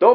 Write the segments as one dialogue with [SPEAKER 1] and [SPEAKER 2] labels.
[SPEAKER 1] どう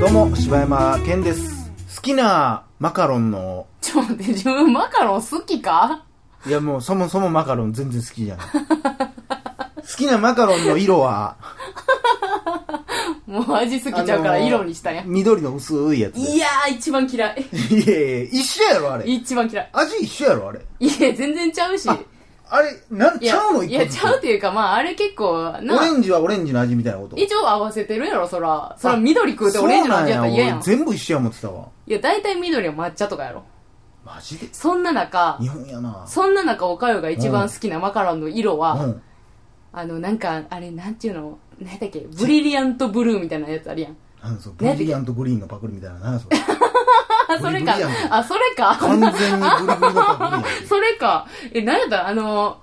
[SPEAKER 1] どうも、柴山健です。好きなマカロンの、
[SPEAKER 2] ちょっと待って、自分マカロン好きか
[SPEAKER 1] いやもうそもそもマカロン全然好きじゃ ない。好きなマカロンの色は、
[SPEAKER 2] もう味好きちゃうから
[SPEAKER 1] あのー
[SPEAKER 2] 色にしたんや。
[SPEAKER 1] 緑の薄いやつで
[SPEAKER 2] いやー、一番嫌い。
[SPEAKER 1] す。いやいやいや一緒やろ、あれ。
[SPEAKER 2] 一番嫌い。
[SPEAKER 1] 味一緒やろ、あれ。
[SPEAKER 2] いや、全然ちゃうし。
[SPEAKER 1] あれ、なん、
[SPEAKER 2] い
[SPEAKER 1] ち
[SPEAKER 2] や
[SPEAKER 1] ゃうの
[SPEAKER 2] い
[SPEAKER 1] 一個
[SPEAKER 2] や、
[SPEAKER 1] ずつ
[SPEAKER 2] ちゃうっていうか、まあ、あれ結構、
[SPEAKER 1] オレ
[SPEAKER 2] な、
[SPEAKER 1] ンジはオレンジの味みたいなこと。
[SPEAKER 2] 一応合わせてるやろ、そら。そら、緑食うてオレンジの味やったら嫌やん。
[SPEAKER 1] そうな俺全部一緒や思ってたわ。
[SPEAKER 2] いや、大体緑は抹茶とかやろ。
[SPEAKER 1] マジで
[SPEAKER 2] そんな中、
[SPEAKER 1] 日本やな。
[SPEAKER 2] そんな中、おかよが一番好きなマカロンの色は、
[SPEAKER 1] うん。
[SPEAKER 2] あの、なんか、あれ、なんていうの、何だっけ、ブリリアントブルーみたいなやつあるやん。
[SPEAKER 1] なんかそう、ブリリアントグリーンのパクリみたいな。なんやそれ。
[SPEAKER 2] あ、 それか
[SPEAKER 1] ブリブリや。ん
[SPEAKER 2] あ、それか。
[SPEAKER 1] 完全にブリブリのパクリやん。
[SPEAKER 2] それか。え、なんやったあの、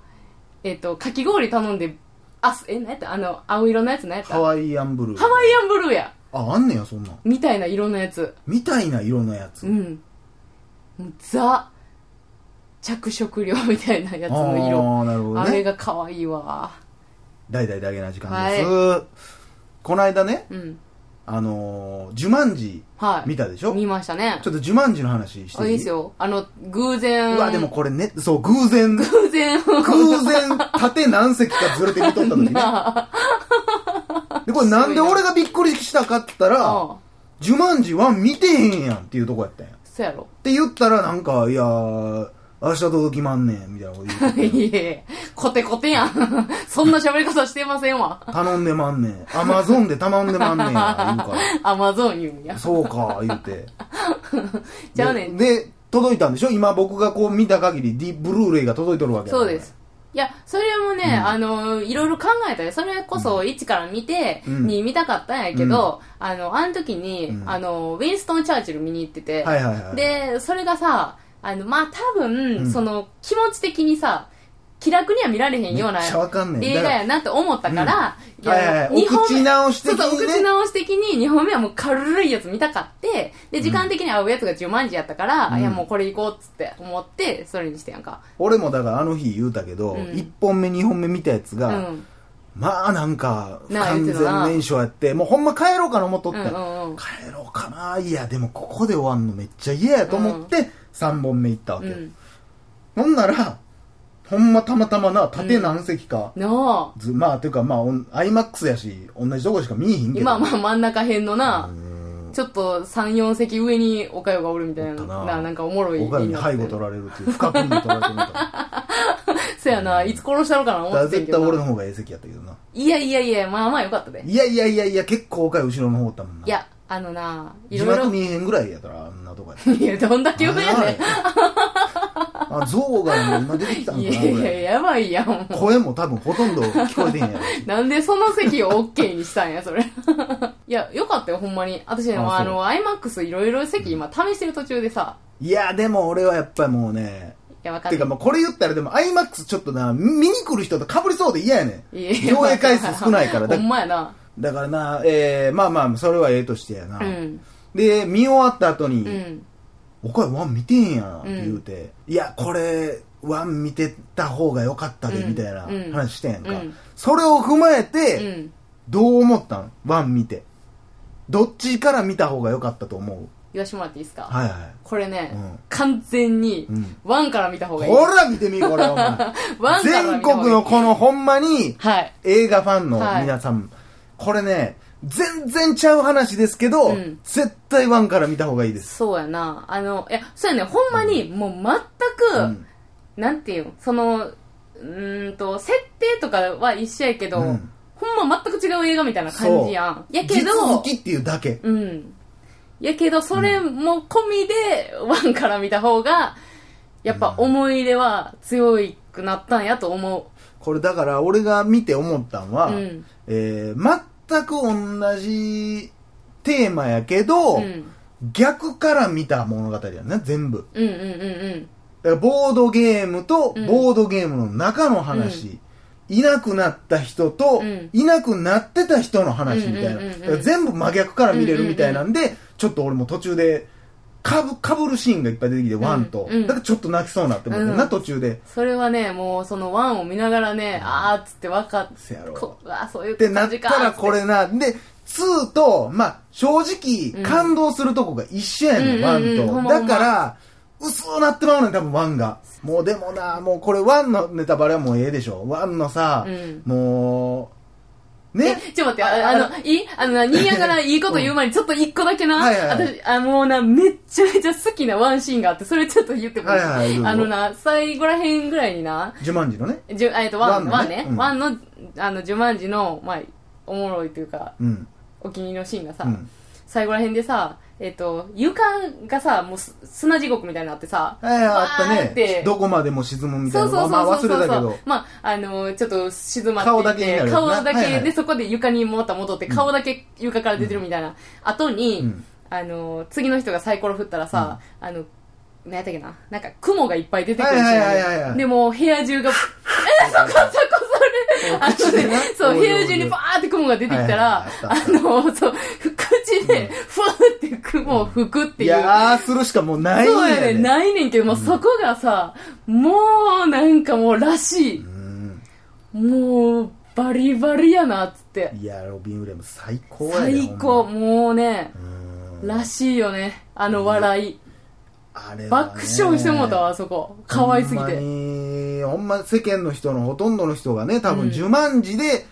[SPEAKER 2] えっと、かき氷頼んで、あ、すえ、なんやったあの、青色のやつなんやった
[SPEAKER 1] ハワイアンブルー。
[SPEAKER 2] ハワイアンブルーや。
[SPEAKER 1] あ、あんねや、そんなん。
[SPEAKER 2] みたいな色のやつ。
[SPEAKER 1] みたいな色のやつ。
[SPEAKER 2] うん。もうザ、着色料みたいなやつの色。
[SPEAKER 1] ああ、なるほど
[SPEAKER 2] あれ
[SPEAKER 1] ね。
[SPEAKER 2] が可愛いわ。
[SPEAKER 1] 大々だけな時間です。この間ね、
[SPEAKER 2] うん。
[SPEAKER 1] あのー、ジュマンジ
[SPEAKER 2] はい。
[SPEAKER 1] 見たでしょ
[SPEAKER 2] 見ましたね
[SPEAKER 1] ち。ょっとジュマンジの話して
[SPEAKER 2] あ
[SPEAKER 1] いい
[SPEAKER 2] いいですよ。あの、偶然。
[SPEAKER 1] うわ、でもこれね、そう、偶然、
[SPEAKER 2] 偶然。
[SPEAKER 1] 偶然、縦何席かずれて見とった時ね。
[SPEAKER 2] なあ
[SPEAKER 1] で、これなんで俺がびっくりしたかって言ったら、
[SPEAKER 2] うん。
[SPEAKER 1] ジュマンジ1見てへんやんっていうとこやったんや。っ
[SPEAKER 2] そうやろ。
[SPEAKER 1] て言ったらなんか、いやー、明日届きまんねん、みたいなこと言う てて
[SPEAKER 2] いえ、コテコテやん。 そんな喋り方してませんわ。
[SPEAKER 1] 頼んでまんねん。アマゾンで頼んでまんねんや、言うか
[SPEAKER 2] アマゾン言うんや
[SPEAKER 1] ら。。そうか、言うて。
[SPEAKER 2] ちゃうねん。
[SPEAKER 1] で、で届いたんでしょ今僕がこう見た限り、ディブルーレイが届いとるわけやか
[SPEAKER 2] そ
[SPEAKER 1] ら
[SPEAKER 2] うです。。いや、それもね、あの、いろいろ考えたよ。それこそ1から見て、
[SPEAKER 1] うん
[SPEAKER 2] に見たかったんやけど、あの、あの時に、
[SPEAKER 1] うん
[SPEAKER 2] あの、ウィンストン・チャーチル見に行ってて、
[SPEAKER 1] はいはいはい。
[SPEAKER 2] で、それがさ、あの、まあ、多分、
[SPEAKER 1] うん
[SPEAKER 2] その、気持ち的にさ、気楽には見られへんような
[SPEAKER 1] めっちゃわかんねん
[SPEAKER 2] 映画やなと思ったから、いや
[SPEAKER 1] はいはいはい。お
[SPEAKER 2] 二本目
[SPEAKER 1] 口直し
[SPEAKER 2] ちょ
[SPEAKER 1] 的
[SPEAKER 2] っとお
[SPEAKER 1] に
[SPEAKER 2] 口
[SPEAKER 1] ね。
[SPEAKER 2] 直し的に2本目はもう軽いやつ見たかって、で、時間的に合うやつが10万字やったから、
[SPEAKER 1] うん
[SPEAKER 2] いやもうこれ行こうっつって思って、それにしてやんか。
[SPEAKER 1] 俺もだからあの日言うたけど、
[SPEAKER 2] うん
[SPEAKER 1] 1本目2本目見たやつ
[SPEAKER 2] う
[SPEAKER 1] が、
[SPEAKER 2] ん。
[SPEAKER 1] まあなんか、不
[SPEAKER 2] なあ
[SPEAKER 1] 完全燃焼やって、もうほんま帰ろうかな思っとっ
[SPEAKER 2] う
[SPEAKER 1] た
[SPEAKER 2] ん
[SPEAKER 1] よ、
[SPEAKER 2] うんうん。
[SPEAKER 1] 帰ろうかな、いや、でもここで終わんのめっちゃ嫌やと思って、3本目行ったわ
[SPEAKER 2] う
[SPEAKER 1] けよ。
[SPEAKER 2] ん。
[SPEAKER 1] ほんなら、ほんまたまたまな、縦何席か、
[SPEAKER 2] なあ。
[SPEAKER 1] ずまあ、というかまあ、オン IMAX やし、同じとこしか見えへんけど。
[SPEAKER 2] 今はまあ真ん中辺の
[SPEAKER 1] う
[SPEAKER 2] な、
[SPEAKER 1] ん
[SPEAKER 2] ちょっと3、4席上におかよがおるみたい
[SPEAKER 1] おった
[SPEAKER 2] な、
[SPEAKER 1] な
[SPEAKER 2] ななんかおもろい。
[SPEAKER 1] おかに背後取
[SPEAKER 2] と
[SPEAKER 1] られるっていう、不覚に取られてる みたいな。
[SPEAKER 2] そやな、いつ殺したろか
[SPEAKER 1] だ
[SPEAKER 2] な
[SPEAKER 1] か
[SPEAKER 2] 思
[SPEAKER 1] ら
[SPEAKER 2] ってたけ
[SPEAKER 1] 絶対
[SPEAKER 2] ど
[SPEAKER 1] 俺
[SPEAKER 2] な。
[SPEAKER 1] の方がええ席やったけどな。
[SPEAKER 2] いやいやいや、まあまあよかったで。
[SPEAKER 1] いやいやいやいや、結構おか後ろの方おったもんな。
[SPEAKER 2] い、や、あのな、い
[SPEAKER 1] 字
[SPEAKER 2] ろい
[SPEAKER 1] 幕
[SPEAKER 2] ろ。
[SPEAKER 1] 見えへんぐらいやから、あんなとこやったら
[SPEAKER 2] いや、どんだけ上やね
[SPEAKER 1] あ、象が今出てきた
[SPEAKER 2] ん。
[SPEAKER 1] ん
[SPEAKER 2] い
[SPEAKER 1] かな、
[SPEAKER 2] や
[SPEAKER 1] こ
[SPEAKER 2] いや、
[SPEAKER 1] れ。
[SPEAKER 2] やばいやん。
[SPEAKER 1] 声も多分ほとんど聞こえてへんやろ。
[SPEAKER 2] なんでその席を OK にしたんや、それ。 いや、よかったよ、ほんまに。私ね、
[SPEAKER 1] あそう
[SPEAKER 2] あの、IMAX いろいろ席今試してる途中でさ、
[SPEAKER 1] いや、でも俺はやっぱりもうね、
[SPEAKER 2] いや、分かってた
[SPEAKER 1] か。まあこれ言ったらでも IMAX ちょっとな、見に来る人と被りそうで嫌やねん。
[SPEAKER 2] いや
[SPEAKER 1] 上映回数少 ないから。
[SPEAKER 2] ほ
[SPEAKER 1] だ
[SPEAKER 2] んまやな。
[SPEAKER 1] だからな、えー、まあまあ、それはええとしてやな。
[SPEAKER 2] うん。
[SPEAKER 1] で、見終わった後
[SPEAKER 2] う
[SPEAKER 1] に、
[SPEAKER 2] ん。
[SPEAKER 1] おかえワン見てんやん、って言うて、いや、これ、ワン見てた方が良かったで、
[SPEAKER 2] うん
[SPEAKER 1] みたいな
[SPEAKER 2] うん
[SPEAKER 1] 話してんやんか。
[SPEAKER 2] うん
[SPEAKER 1] それを踏まえ
[SPEAKER 2] う
[SPEAKER 1] て、
[SPEAKER 2] ん。
[SPEAKER 1] どう思ったんワン見て。どっちから見た方が良かったと思う
[SPEAKER 2] 言わしてもらっていいですか
[SPEAKER 1] はいは
[SPEAKER 2] これね
[SPEAKER 1] うん、
[SPEAKER 2] 完全に
[SPEAKER 1] うん、
[SPEAKER 2] ワンから見た方が
[SPEAKER 1] い。
[SPEAKER 2] いい。
[SPEAKER 1] ほら見てみ、これ、お前。
[SPEAKER 2] ワンから見た方がい
[SPEAKER 1] 全
[SPEAKER 2] い。
[SPEAKER 1] 国の。このほんまに
[SPEAKER 2] はい。
[SPEAKER 1] 映画ファンの皆さん、これね、全然ちゃう話ですけど、
[SPEAKER 2] うん
[SPEAKER 1] 絶対ワンから見た方がいいです。
[SPEAKER 2] そうやな。あの、いや、そうやね、ほんまに、もう全く、
[SPEAKER 1] うん
[SPEAKER 2] なんていうん、その、うーんと、設定とかは一緒やけど、
[SPEAKER 1] うん
[SPEAKER 2] ほんま全く違う映画みたいな感じやん。やけ
[SPEAKER 1] 実好
[SPEAKER 2] ど、
[SPEAKER 1] きっていうだけ。
[SPEAKER 2] うん。やけど、それも込みで、ワンから見た方が、やっぱ思い入れは強いくなったんやと思う。
[SPEAKER 1] これだから俺が見て思ったんは、
[SPEAKER 2] うん
[SPEAKER 1] えー全く同じテーマやけど、
[SPEAKER 2] うん。
[SPEAKER 1] 逆から見た物語やね全部
[SPEAKER 2] うんうんうん
[SPEAKER 1] だからボードゲームと
[SPEAKER 2] うん
[SPEAKER 1] ボードゲームの中の話、いなくなった人と、
[SPEAKER 2] うん
[SPEAKER 1] いなくなってた人の話みたいな、
[SPEAKER 2] うんうんうんうん
[SPEAKER 1] だから全部真逆から見れるみたいなんで、ちょっと俺も途中でかぶかぶるシーンがいっぱい出てきて、ワンと、
[SPEAKER 2] うん
[SPEAKER 1] だからちょっと泣きそうになってもってんな、
[SPEAKER 2] うん
[SPEAKER 1] 途中で
[SPEAKER 2] それはね、もうそのワンを見ながらね、あーっつって分かっ
[SPEAKER 1] せやろ
[SPEAKER 2] こあーそうい
[SPEAKER 1] って
[SPEAKER 2] う
[SPEAKER 1] な
[SPEAKER 2] 感
[SPEAKER 1] っ
[SPEAKER 2] じ
[SPEAKER 1] た
[SPEAKER 2] か。
[SPEAKER 1] らこれな。で、2と、まあ、正直
[SPEAKER 2] うん、
[SPEAKER 1] 感動するとこが一緒やね、
[SPEAKER 2] うんんうんうんほ
[SPEAKER 1] 1
[SPEAKER 2] ん
[SPEAKER 1] と。
[SPEAKER 2] まほ
[SPEAKER 1] だ
[SPEAKER 2] んま
[SPEAKER 1] から、薄うなってまうねん、多分1が。もうでもな、もうこれ1のネタバレはもうええでしょ。1のさ
[SPEAKER 2] うん、
[SPEAKER 1] もう、
[SPEAKER 2] え
[SPEAKER 1] ね、
[SPEAKER 2] ちょっと待って、ああの、いいあのな、新谷 からいいこと言う前に、ちょっと一個だけな、
[SPEAKER 1] はいはいはい
[SPEAKER 2] 私、あ、もうな、めっちゃめちゃ好きなワンシーンがあって、それちょっと言ってもいい、
[SPEAKER 1] はいはいどうぞ
[SPEAKER 2] あのな、最後らへんぐらいにな、
[SPEAKER 1] ジュマンジのね。
[SPEAKER 2] じゅあえっと、ワン、
[SPEAKER 1] ワ
[SPEAKER 2] ワ
[SPEAKER 1] ンの
[SPEAKER 2] ン
[SPEAKER 1] ね
[SPEAKER 2] ね
[SPEAKER 1] う、ん
[SPEAKER 2] ワンの、あの、ジュマンジの、まあ、おもろいというか、
[SPEAKER 1] うん。
[SPEAKER 2] お気に入りのシーンがさ、
[SPEAKER 1] うん
[SPEAKER 2] 最後らへんでさ、えっと、床がさ、もうす砂地獄みたいになってさ、
[SPEAKER 1] はい、あ
[SPEAKER 2] わー
[SPEAKER 1] っ
[SPEAKER 2] ったて
[SPEAKER 1] ね。どこまでも沈むみたい
[SPEAKER 2] そ
[SPEAKER 1] なの
[SPEAKER 2] うそうそう
[SPEAKER 1] ま
[SPEAKER 2] そ
[SPEAKER 1] あ忘
[SPEAKER 2] うそう
[SPEAKER 1] れ
[SPEAKER 2] そ
[SPEAKER 1] たけ
[SPEAKER 2] う
[SPEAKER 1] ど。。
[SPEAKER 2] まあ、あの、ちょっと静まってて
[SPEAKER 1] 顔だけになるやつな
[SPEAKER 2] 顔だけ
[SPEAKER 1] はいはい
[SPEAKER 2] で、そこで床にまた戻って、顔だけ床から出てるみたいな。後に、
[SPEAKER 1] うん
[SPEAKER 2] あの、次の人がサイコロ振ったらさ、あの、何やったっけななんか雲がいっぱい出てくるし、
[SPEAKER 1] はいはいはいはいはい
[SPEAKER 2] で、もう部屋 中が、え、そこそこそれあ
[SPEAKER 1] 口
[SPEAKER 2] の
[SPEAKER 1] でな
[SPEAKER 2] ね、そう、
[SPEAKER 1] お
[SPEAKER 2] 部
[SPEAKER 1] いおいおい
[SPEAKER 2] 屋中にバーって雲が出てきたら、
[SPEAKER 1] はいはいはいあ
[SPEAKER 2] あ
[SPEAKER 1] った
[SPEAKER 2] の、そう、口で、ふわって雲を吹くって
[SPEAKER 1] い
[SPEAKER 2] いう。
[SPEAKER 1] や、あーするしかもうないん
[SPEAKER 2] そうや
[SPEAKER 1] や
[SPEAKER 2] ね
[SPEAKER 1] ね。
[SPEAKER 2] ないねんけども、そこがさ、もうなんかもうらしい。
[SPEAKER 1] うん。
[SPEAKER 2] もう、バリバリやな、つって。
[SPEAKER 1] いや、ロビン・ウィリアム最高やね。
[SPEAKER 2] 最高、
[SPEAKER 1] ほんま。
[SPEAKER 2] もうね、
[SPEAKER 1] うん
[SPEAKER 2] らしいよね。あの笑い。
[SPEAKER 1] あれはね
[SPEAKER 2] 爆笑してもうたわ、あそこ。可愛すぎ
[SPEAKER 1] ほ
[SPEAKER 2] て。
[SPEAKER 1] んまにほんま世間の人のほとんどの人がね多
[SPEAKER 2] う
[SPEAKER 1] 分
[SPEAKER 2] ん
[SPEAKER 1] 呪文字で、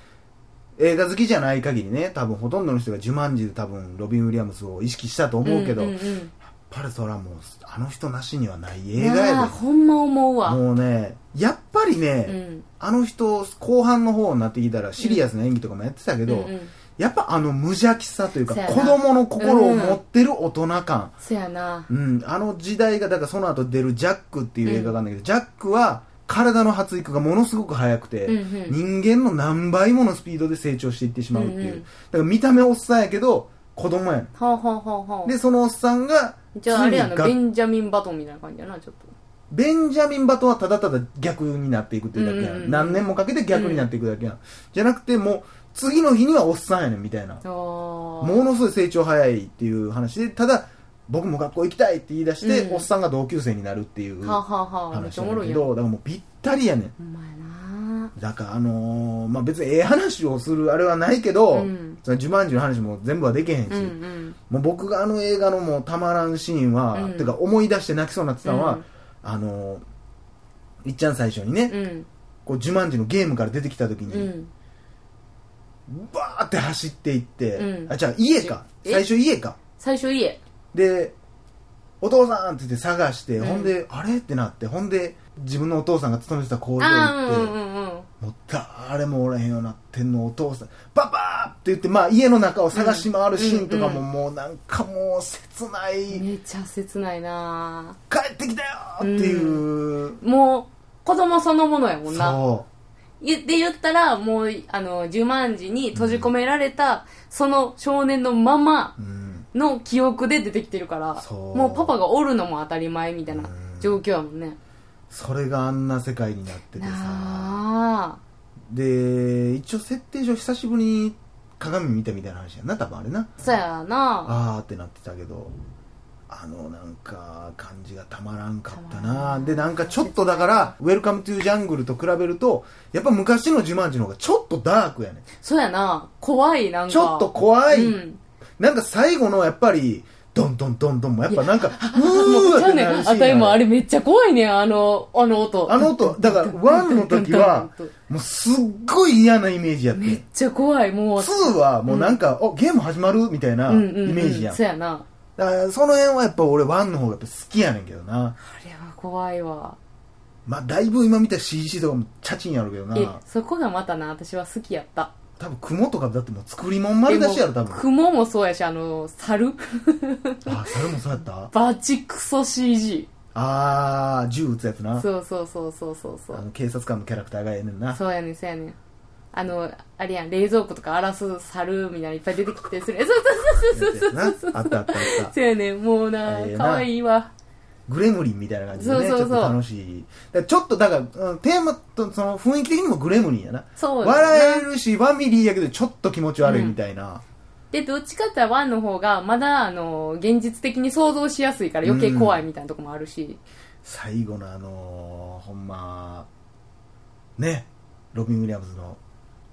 [SPEAKER 1] 映画好きじゃない限りね多分ほとんどの人が呪文字で多分ロビン・ウィリアムスを意識したと思うけど、
[SPEAKER 2] んんん
[SPEAKER 1] パルトラもうあの人なしにはない
[SPEAKER 2] い
[SPEAKER 1] 映画や
[SPEAKER 2] やーほんま思う
[SPEAKER 1] で
[SPEAKER 2] わ。
[SPEAKER 1] もうねやっぱりね、
[SPEAKER 2] うん
[SPEAKER 1] あの人後半の方になってきたらシリアスな演技とかもやってたけど、
[SPEAKER 2] うんうん
[SPEAKER 1] やっぱあの無邪気さというか
[SPEAKER 2] そやな
[SPEAKER 1] 子供の心を持ってる大人感、
[SPEAKER 2] そやな。
[SPEAKER 1] うん、あの時代がだからその後出る「ジャック」っていう映画があるんだけど、ジャックは体の発育がものすごく速くて、
[SPEAKER 2] うんう
[SPEAKER 1] 人間の何倍ものスピードで成長していってしまうっていう、
[SPEAKER 2] うんうん
[SPEAKER 1] だから見た目おっさんやけど子供やね
[SPEAKER 2] ほうほうほうほ
[SPEAKER 1] ん
[SPEAKER 2] う
[SPEAKER 1] で。そのおっさんが
[SPEAKER 2] じゃああれや
[SPEAKER 1] つい
[SPEAKER 2] な、
[SPEAKER 1] にが
[SPEAKER 2] ベンジャミンバトンみたいな感じやな、ちょっと。
[SPEAKER 1] ベンジャミン・バトンはただただ逆になっていくっていうだけやん,、
[SPEAKER 2] うんうんうん
[SPEAKER 1] 何年もかけて逆になっていくだけやん、じゃなくてもう次の日にはおっさんやねんみたいな
[SPEAKER 2] あー
[SPEAKER 1] ものすごい成長早いっていう話でただ僕も学校行きたいって言い出して、
[SPEAKER 2] うん
[SPEAKER 1] おっさんが同級生になるっていう
[SPEAKER 2] はあはあはあ、め
[SPEAKER 1] 話
[SPEAKER 2] っちゃ
[SPEAKER 1] な
[SPEAKER 2] お
[SPEAKER 1] ん
[SPEAKER 2] もろ
[SPEAKER 1] だ
[SPEAKER 2] い
[SPEAKER 1] け
[SPEAKER 2] やん。ほ
[SPEAKER 1] どだからもうぴったりやねん
[SPEAKER 2] んまやな。
[SPEAKER 1] だからあのーまあ別にええ話をするあれはないけど、
[SPEAKER 2] うん
[SPEAKER 1] そのジュマンジの話も全部はできへんし、
[SPEAKER 2] うんうん。
[SPEAKER 1] もう僕があの映画のもうたまらんシーンは、
[SPEAKER 2] うん
[SPEAKER 1] てか思い出して泣きそうになってたのは、
[SPEAKER 2] うん
[SPEAKER 1] あのーいっちゃん最初にね、
[SPEAKER 2] うん。
[SPEAKER 1] こうジュマンジのゲームから出てきた時に、
[SPEAKER 2] うん。
[SPEAKER 1] バーって走っていって、
[SPEAKER 2] うん
[SPEAKER 1] あじゃあ家か
[SPEAKER 2] え
[SPEAKER 1] 最初家か
[SPEAKER 2] 最初家。
[SPEAKER 1] でお父さんって言って探して、
[SPEAKER 2] うん
[SPEAKER 1] ほんであれってなってほんで自分のお父さんが勤めてた工場
[SPEAKER 2] あ
[SPEAKER 1] 行
[SPEAKER 2] あ
[SPEAKER 1] っ
[SPEAKER 2] ー、
[SPEAKER 1] て、
[SPEAKER 2] うんうんうん
[SPEAKER 1] もう誰もおらへんようになってんのお父さんパパーって言って、まあ、家の中を探し回るシーンとかも、
[SPEAKER 2] うん
[SPEAKER 1] もうなんかもう切ない、
[SPEAKER 2] うん。めっちゃ切ないな
[SPEAKER 1] 帰ってきたよーっていう、
[SPEAKER 2] もう、子供そのものやもんな。
[SPEAKER 1] そ
[SPEAKER 2] 言って言ったら、もう、あの、十万字に閉じ込められた、その少年のまま
[SPEAKER 1] う、うん、
[SPEAKER 2] の記憶で出てきてるから、
[SPEAKER 1] そう
[SPEAKER 2] もうパパがおるのも当たり前みたいな
[SPEAKER 1] うん
[SPEAKER 2] 状況やもんね。
[SPEAKER 1] それがあんな世界になっててさ
[SPEAKER 2] なあ。
[SPEAKER 1] で一応設定上久しぶりに鏡見たみたいな話やんな多分あれな
[SPEAKER 2] そやな
[SPEAKER 1] あーってなってたけどあのなんか感じがたまらんかった
[SPEAKER 2] たまら
[SPEAKER 1] なんでなんかちょっとだから「ウェルカム・トゥ・ジャングル」と比べるとやっぱ昔のジュマンジの方がちょっとダークやね
[SPEAKER 2] そうやな怖い、なんか。
[SPEAKER 1] ちょっと怖い、
[SPEAKER 2] うん。
[SPEAKER 1] なんか最後のやっぱりドンドンドンドン もやっぱなんかう
[SPEAKER 2] も
[SPEAKER 1] ーっ
[SPEAKER 2] う、ちゃ
[SPEAKER 1] て
[SPEAKER 2] うね。
[SPEAKER 1] なんるし
[SPEAKER 2] あたいもあれめっちゃ怖いねん、あの、あの音。
[SPEAKER 1] あの音だからワンの時はもうすっごい嫌なイメージやって
[SPEAKER 2] めっちゃ怖い、もう。
[SPEAKER 1] 2はもうなんか、おゲーム始まるみたいなイ
[SPEAKER 2] うんうんうん
[SPEAKER 1] メージやん,、
[SPEAKER 2] そうやな。
[SPEAKER 1] だからその辺はやっぱ俺1の方がやっぱ好きやねんけどな
[SPEAKER 2] あれは怖いわ。
[SPEAKER 1] まあだいぶ今見た CG とかもチャチンやろうけど
[SPEAKER 2] え
[SPEAKER 1] な、
[SPEAKER 2] そこがまたな、私は好きやった。
[SPEAKER 1] 多分雲とかだってもう作り物丸出しやろ多
[SPEAKER 2] で
[SPEAKER 1] 分
[SPEAKER 2] も雲 もそうやし、あの、猿
[SPEAKER 1] あそれもそうやった
[SPEAKER 2] バチクソ CG。
[SPEAKER 1] あー、銃撃つやつな。
[SPEAKER 2] そうそうそうそうそうそ
[SPEAKER 1] あ
[SPEAKER 2] う
[SPEAKER 1] の警察官のキャラクターがええねんな。
[SPEAKER 2] そうやねんそうやねんあのあれやん冷蔵庫とか荒らす猿みたいなのいっぱい出てきたりするそうそうそうそうそう
[SPEAKER 1] やつやなあったあったあった。
[SPEAKER 2] そうやねんもうな
[SPEAKER 1] ええな
[SPEAKER 2] 可愛いわ
[SPEAKER 1] グレムリンみたいな感じでね、
[SPEAKER 2] そうそうそう
[SPEAKER 1] ちょっと楽しい。だからちょっと、だから、うんテーマとその雰囲気的にもグレムリンやな。
[SPEAKER 2] そう
[SPEAKER 1] 笑えるし、ファミリーやけど、ちょっと気持ち悪いみたいな。
[SPEAKER 2] でどっちかって言ったら1の方がまだあの現実的に想像しやすいから余計怖いみたいなとこもあるし、
[SPEAKER 1] 最後のあのー、ほんま、ね、ロビン・ウィリアムズの、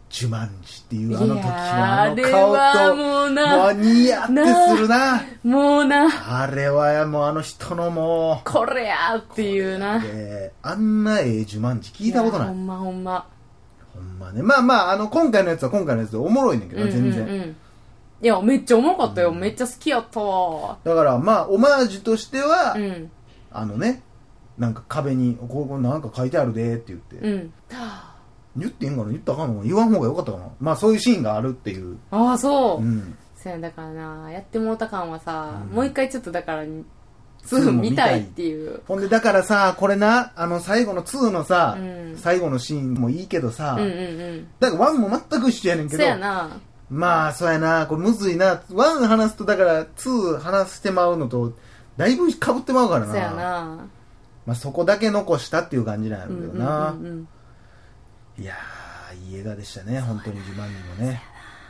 [SPEAKER 1] ジュマンジっていうあの時の
[SPEAKER 2] いや
[SPEAKER 1] あの
[SPEAKER 2] あれは
[SPEAKER 1] 顔と、
[SPEAKER 2] もうな
[SPEAKER 1] もうニヤってするな。
[SPEAKER 2] もうな
[SPEAKER 1] あれはもうあの人のもう、
[SPEAKER 2] これやーっていうな
[SPEAKER 1] えーあんなええジュマンジ聞いたことない
[SPEAKER 2] やほ。んまほんま
[SPEAKER 1] ほんまね。まあまあ、あの、今回のやつは今回のやつでおもろいねんけど、全然。
[SPEAKER 2] うんうんうん、いやめっちゃおもろかったよ、めっちゃ好きやったわ
[SPEAKER 1] だから、まあ、オマージュとしては、
[SPEAKER 2] うん
[SPEAKER 1] あのね、なんか壁に、ここなんか書いてあるでって言って、
[SPEAKER 2] うん
[SPEAKER 1] 言っていいんかな言ったらあかんのかな言わん方がよかったかなまあ、そういうシーンがあるっていう。
[SPEAKER 2] ああそう、
[SPEAKER 1] うん。
[SPEAKER 2] そうやだからなやってもうた感はさ、
[SPEAKER 1] うん
[SPEAKER 2] もう一回ちょっとだから
[SPEAKER 1] ツー
[SPEAKER 2] 2
[SPEAKER 1] も
[SPEAKER 2] 見
[SPEAKER 1] 見た
[SPEAKER 2] た
[SPEAKER 1] い
[SPEAKER 2] いっていう
[SPEAKER 1] ほんで、だからさ、これな、あの、最後の2のさ、
[SPEAKER 2] うん
[SPEAKER 1] 最後のシーンもいいけどさ、
[SPEAKER 2] うんうんうん
[SPEAKER 1] だから1も全く一緒やねんけ
[SPEAKER 2] そ
[SPEAKER 1] ど、
[SPEAKER 2] うやな
[SPEAKER 1] まあ、そうやな、これむずいな、1話すと、だから2話してまうのと、だいぶ被ってまうから
[SPEAKER 2] そうやな
[SPEAKER 1] まあ、そこだけ残したっていう感じなん
[SPEAKER 2] う
[SPEAKER 1] や
[SPEAKER 2] ん
[SPEAKER 1] け
[SPEAKER 2] う
[SPEAKER 1] ど
[SPEAKER 2] んう
[SPEAKER 1] な、
[SPEAKER 2] んうん
[SPEAKER 1] いやーいい映画でしたね本当に「ジュマンジ」もね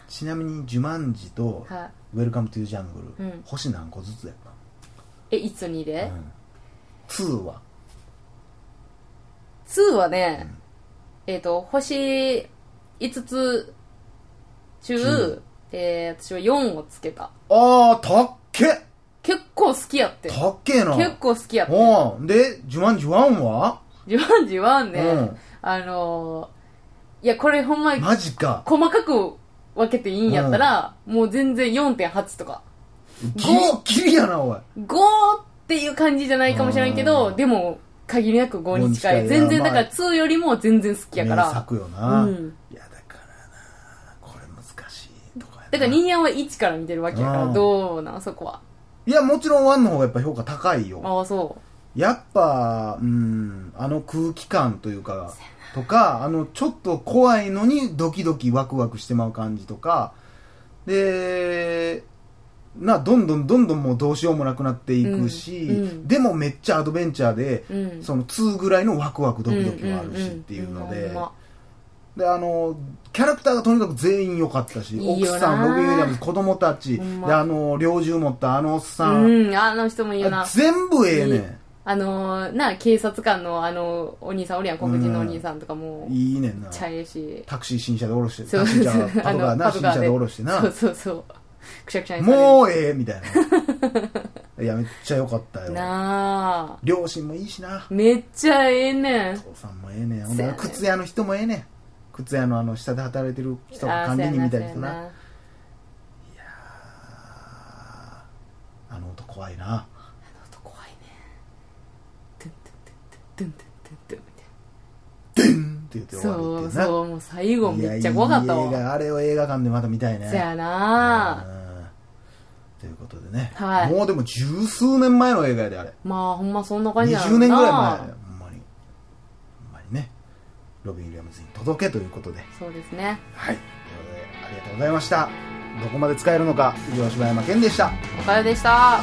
[SPEAKER 1] ちなみに「ジュマンジ」と
[SPEAKER 2] はい
[SPEAKER 1] 「ウェルカム・トゥ・ジャングル」
[SPEAKER 2] うん
[SPEAKER 1] 星何個ずつやっ
[SPEAKER 2] えいつに
[SPEAKER 1] た、
[SPEAKER 2] で、
[SPEAKER 1] うん、2は
[SPEAKER 2] 2はね、えっ、と星5つ中、
[SPEAKER 1] 中
[SPEAKER 2] えー私は4をつけた
[SPEAKER 1] ああたっけ
[SPEAKER 2] 結構好きやって
[SPEAKER 1] たっけえな
[SPEAKER 2] 結構好きやって
[SPEAKER 1] おうで「ジュマンジ1は」
[SPEAKER 2] ジュマンジはね、
[SPEAKER 1] うん
[SPEAKER 2] あのーいや、これほんま、
[SPEAKER 1] マジか
[SPEAKER 2] 細かく分けていいんやったら、もう全然4.8とか。
[SPEAKER 1] ギリギリやなおい
[SPEAKER 2] 5っていう感じじゃないかもしれんけど、
[SPEAKER 1] うん
[SPEAKER 2] でも、限りなく5に近
[SPEAKER 1] 5
[SPEAKER 2] い。
[SPEAKER 1] に近いな
[SPEAKER 2] 全然、だか
[SPEAKER 1] ま
[SPEAKER 2] ら2よりも全然好きやから。
[SPEAKER 1] 名
[SPEAKER 2] だか
[SPEAKER 1] 作よな、
[SPEAKER 2] うん
[SPEAKER 1] いやだからなこれ難しいとこやな
[SPEAKER 2] ら、ニーヤンは1から見てるわけやか
[SPEAKER 1] う
[SPEAKER 2] ら、
[SPEAKER 1] ん
[SPEAKER 2] どうなん、そこは。
[SPEAKER 1] いやもちろん1の方がやっぱ評価高いよ
[SPEAKER 2] ああ、そ
[SPEAKER 1] やっぱ、うん、あの空気感というか、とか、あの、ちょっと怖いのにドキドキワクワクしてまう感じとか、で、な、どんどんどんどんもうどうしようもなくなっていくし、
[SPEAKER 2] うんうん
[SPEAKER 1] でもめっちゃアドベンチャーで、
[SPEAKER 2] う。うん。
[SPEAKER 1] その2ぐらいのワクワクドキドキもあるしっていうの
[SPEAKER 2] んん
[SPEAKER 1] で
[SPEAKER 2] んほん、ま
[SPEAKER 1] で、あの、キャラクターがとにかく全員良かったし、
[SPEAKER 2] いいよな
[SPEAKER 1] 奥さん、ロビン・ウィリアムズ、子供たち、
[SPEAKER 2] ほんま
[SPEAKER 1] で、あの、猟銃持ったあのおっさん、
[SPEAKER 2] うん、あの人もいいよな。
[SPEAKER 1] 全部ええねん。
[SPEAKER 2] あのー、な、警察官のあの、お兄さんおるやん、黒人のお兄さんとかも、
[SPEAKER 1] いいねんな
[SPEAKER 2] ちゃええし。
[SPEAKER 1] タクシー新車で降ろして
[SPEAKER 2] そう
[SPEAKER 1] タクシーじ ゃ
[SPEAKER 2] そう
[SPEAKER 1] パトカーな新車で降ろしてな
[SPEAKER 2] そうそうそうくしゃくしゃにされる
[SPEAKER 1] もうええみたい ないやめっちゃ良かったよ
[SPEAKER 2] なあ
[SPEAKER 1] 両親もいいしな
[SPEAKER 2] めっちゃええねん
[SPEAKER 1] 父さんもええねんほん
[SPEAKER 2] そう
[SPEAKER 1] で
[SPEAKER 2] やね
[SPEAKER 1] 靴屋の人もええねん靴屋のあの下で働いてる人
[SPEAKER 2] あ
[SPEAKER 1] 管
[SPEAKER 2] ー
[SPEAKER 1] 理人みたいな
[SPEAKER 2] そ
[SPEAKER 1] 人
[SPEAKER 2] うや
[SPEAKER 1] なあの音怖いな
[SPEAKER 2] そうやなあの音怖いねトゥントゥントゥントゥントゥントゥントゥンみ
[SPEAKER 1] ド
[SPEAKER 2] たい
[SPEAKER 1] ゥンって言って
[SPEAKER 2] な
[SPEAKER 1] 終わるっ
[SPEAKER 2] そ
[SPEAKER 1] て
[SPEAKER 2] う
[SPEAKER 1] いうな
[SPEAKER 2] そうもう最後
[SPEAKER 1] いや
[SPEAKER 2] めっちゃ怖かった
[SPEAKER 1] いい映
[SPEAKER 2] わ
[SPEAKER 1] 画あれを映画館でまた見たいね
[SPEAKER 2] そやなあ
[SPEAKER 1] うんということでね、
[SPEAKER 2] はい
[SPEAKER 1] もうでも十数年前の映画やであれ
[SPEAKER 2] まあほんまそんな感じやろ
[SPEAKER 1] 20年ぐらい前ほ
[SPEAKER 2] な
[SPEAKER 1] んまにほんまにねロビン・ウィリアムズに届けということで
[SPEAKER 2] そうですね
[SPEAKER 1] はいということでありがとうございましたどこまで使えるのか以上柴山健でした
[SPEAKER 2] おかよでした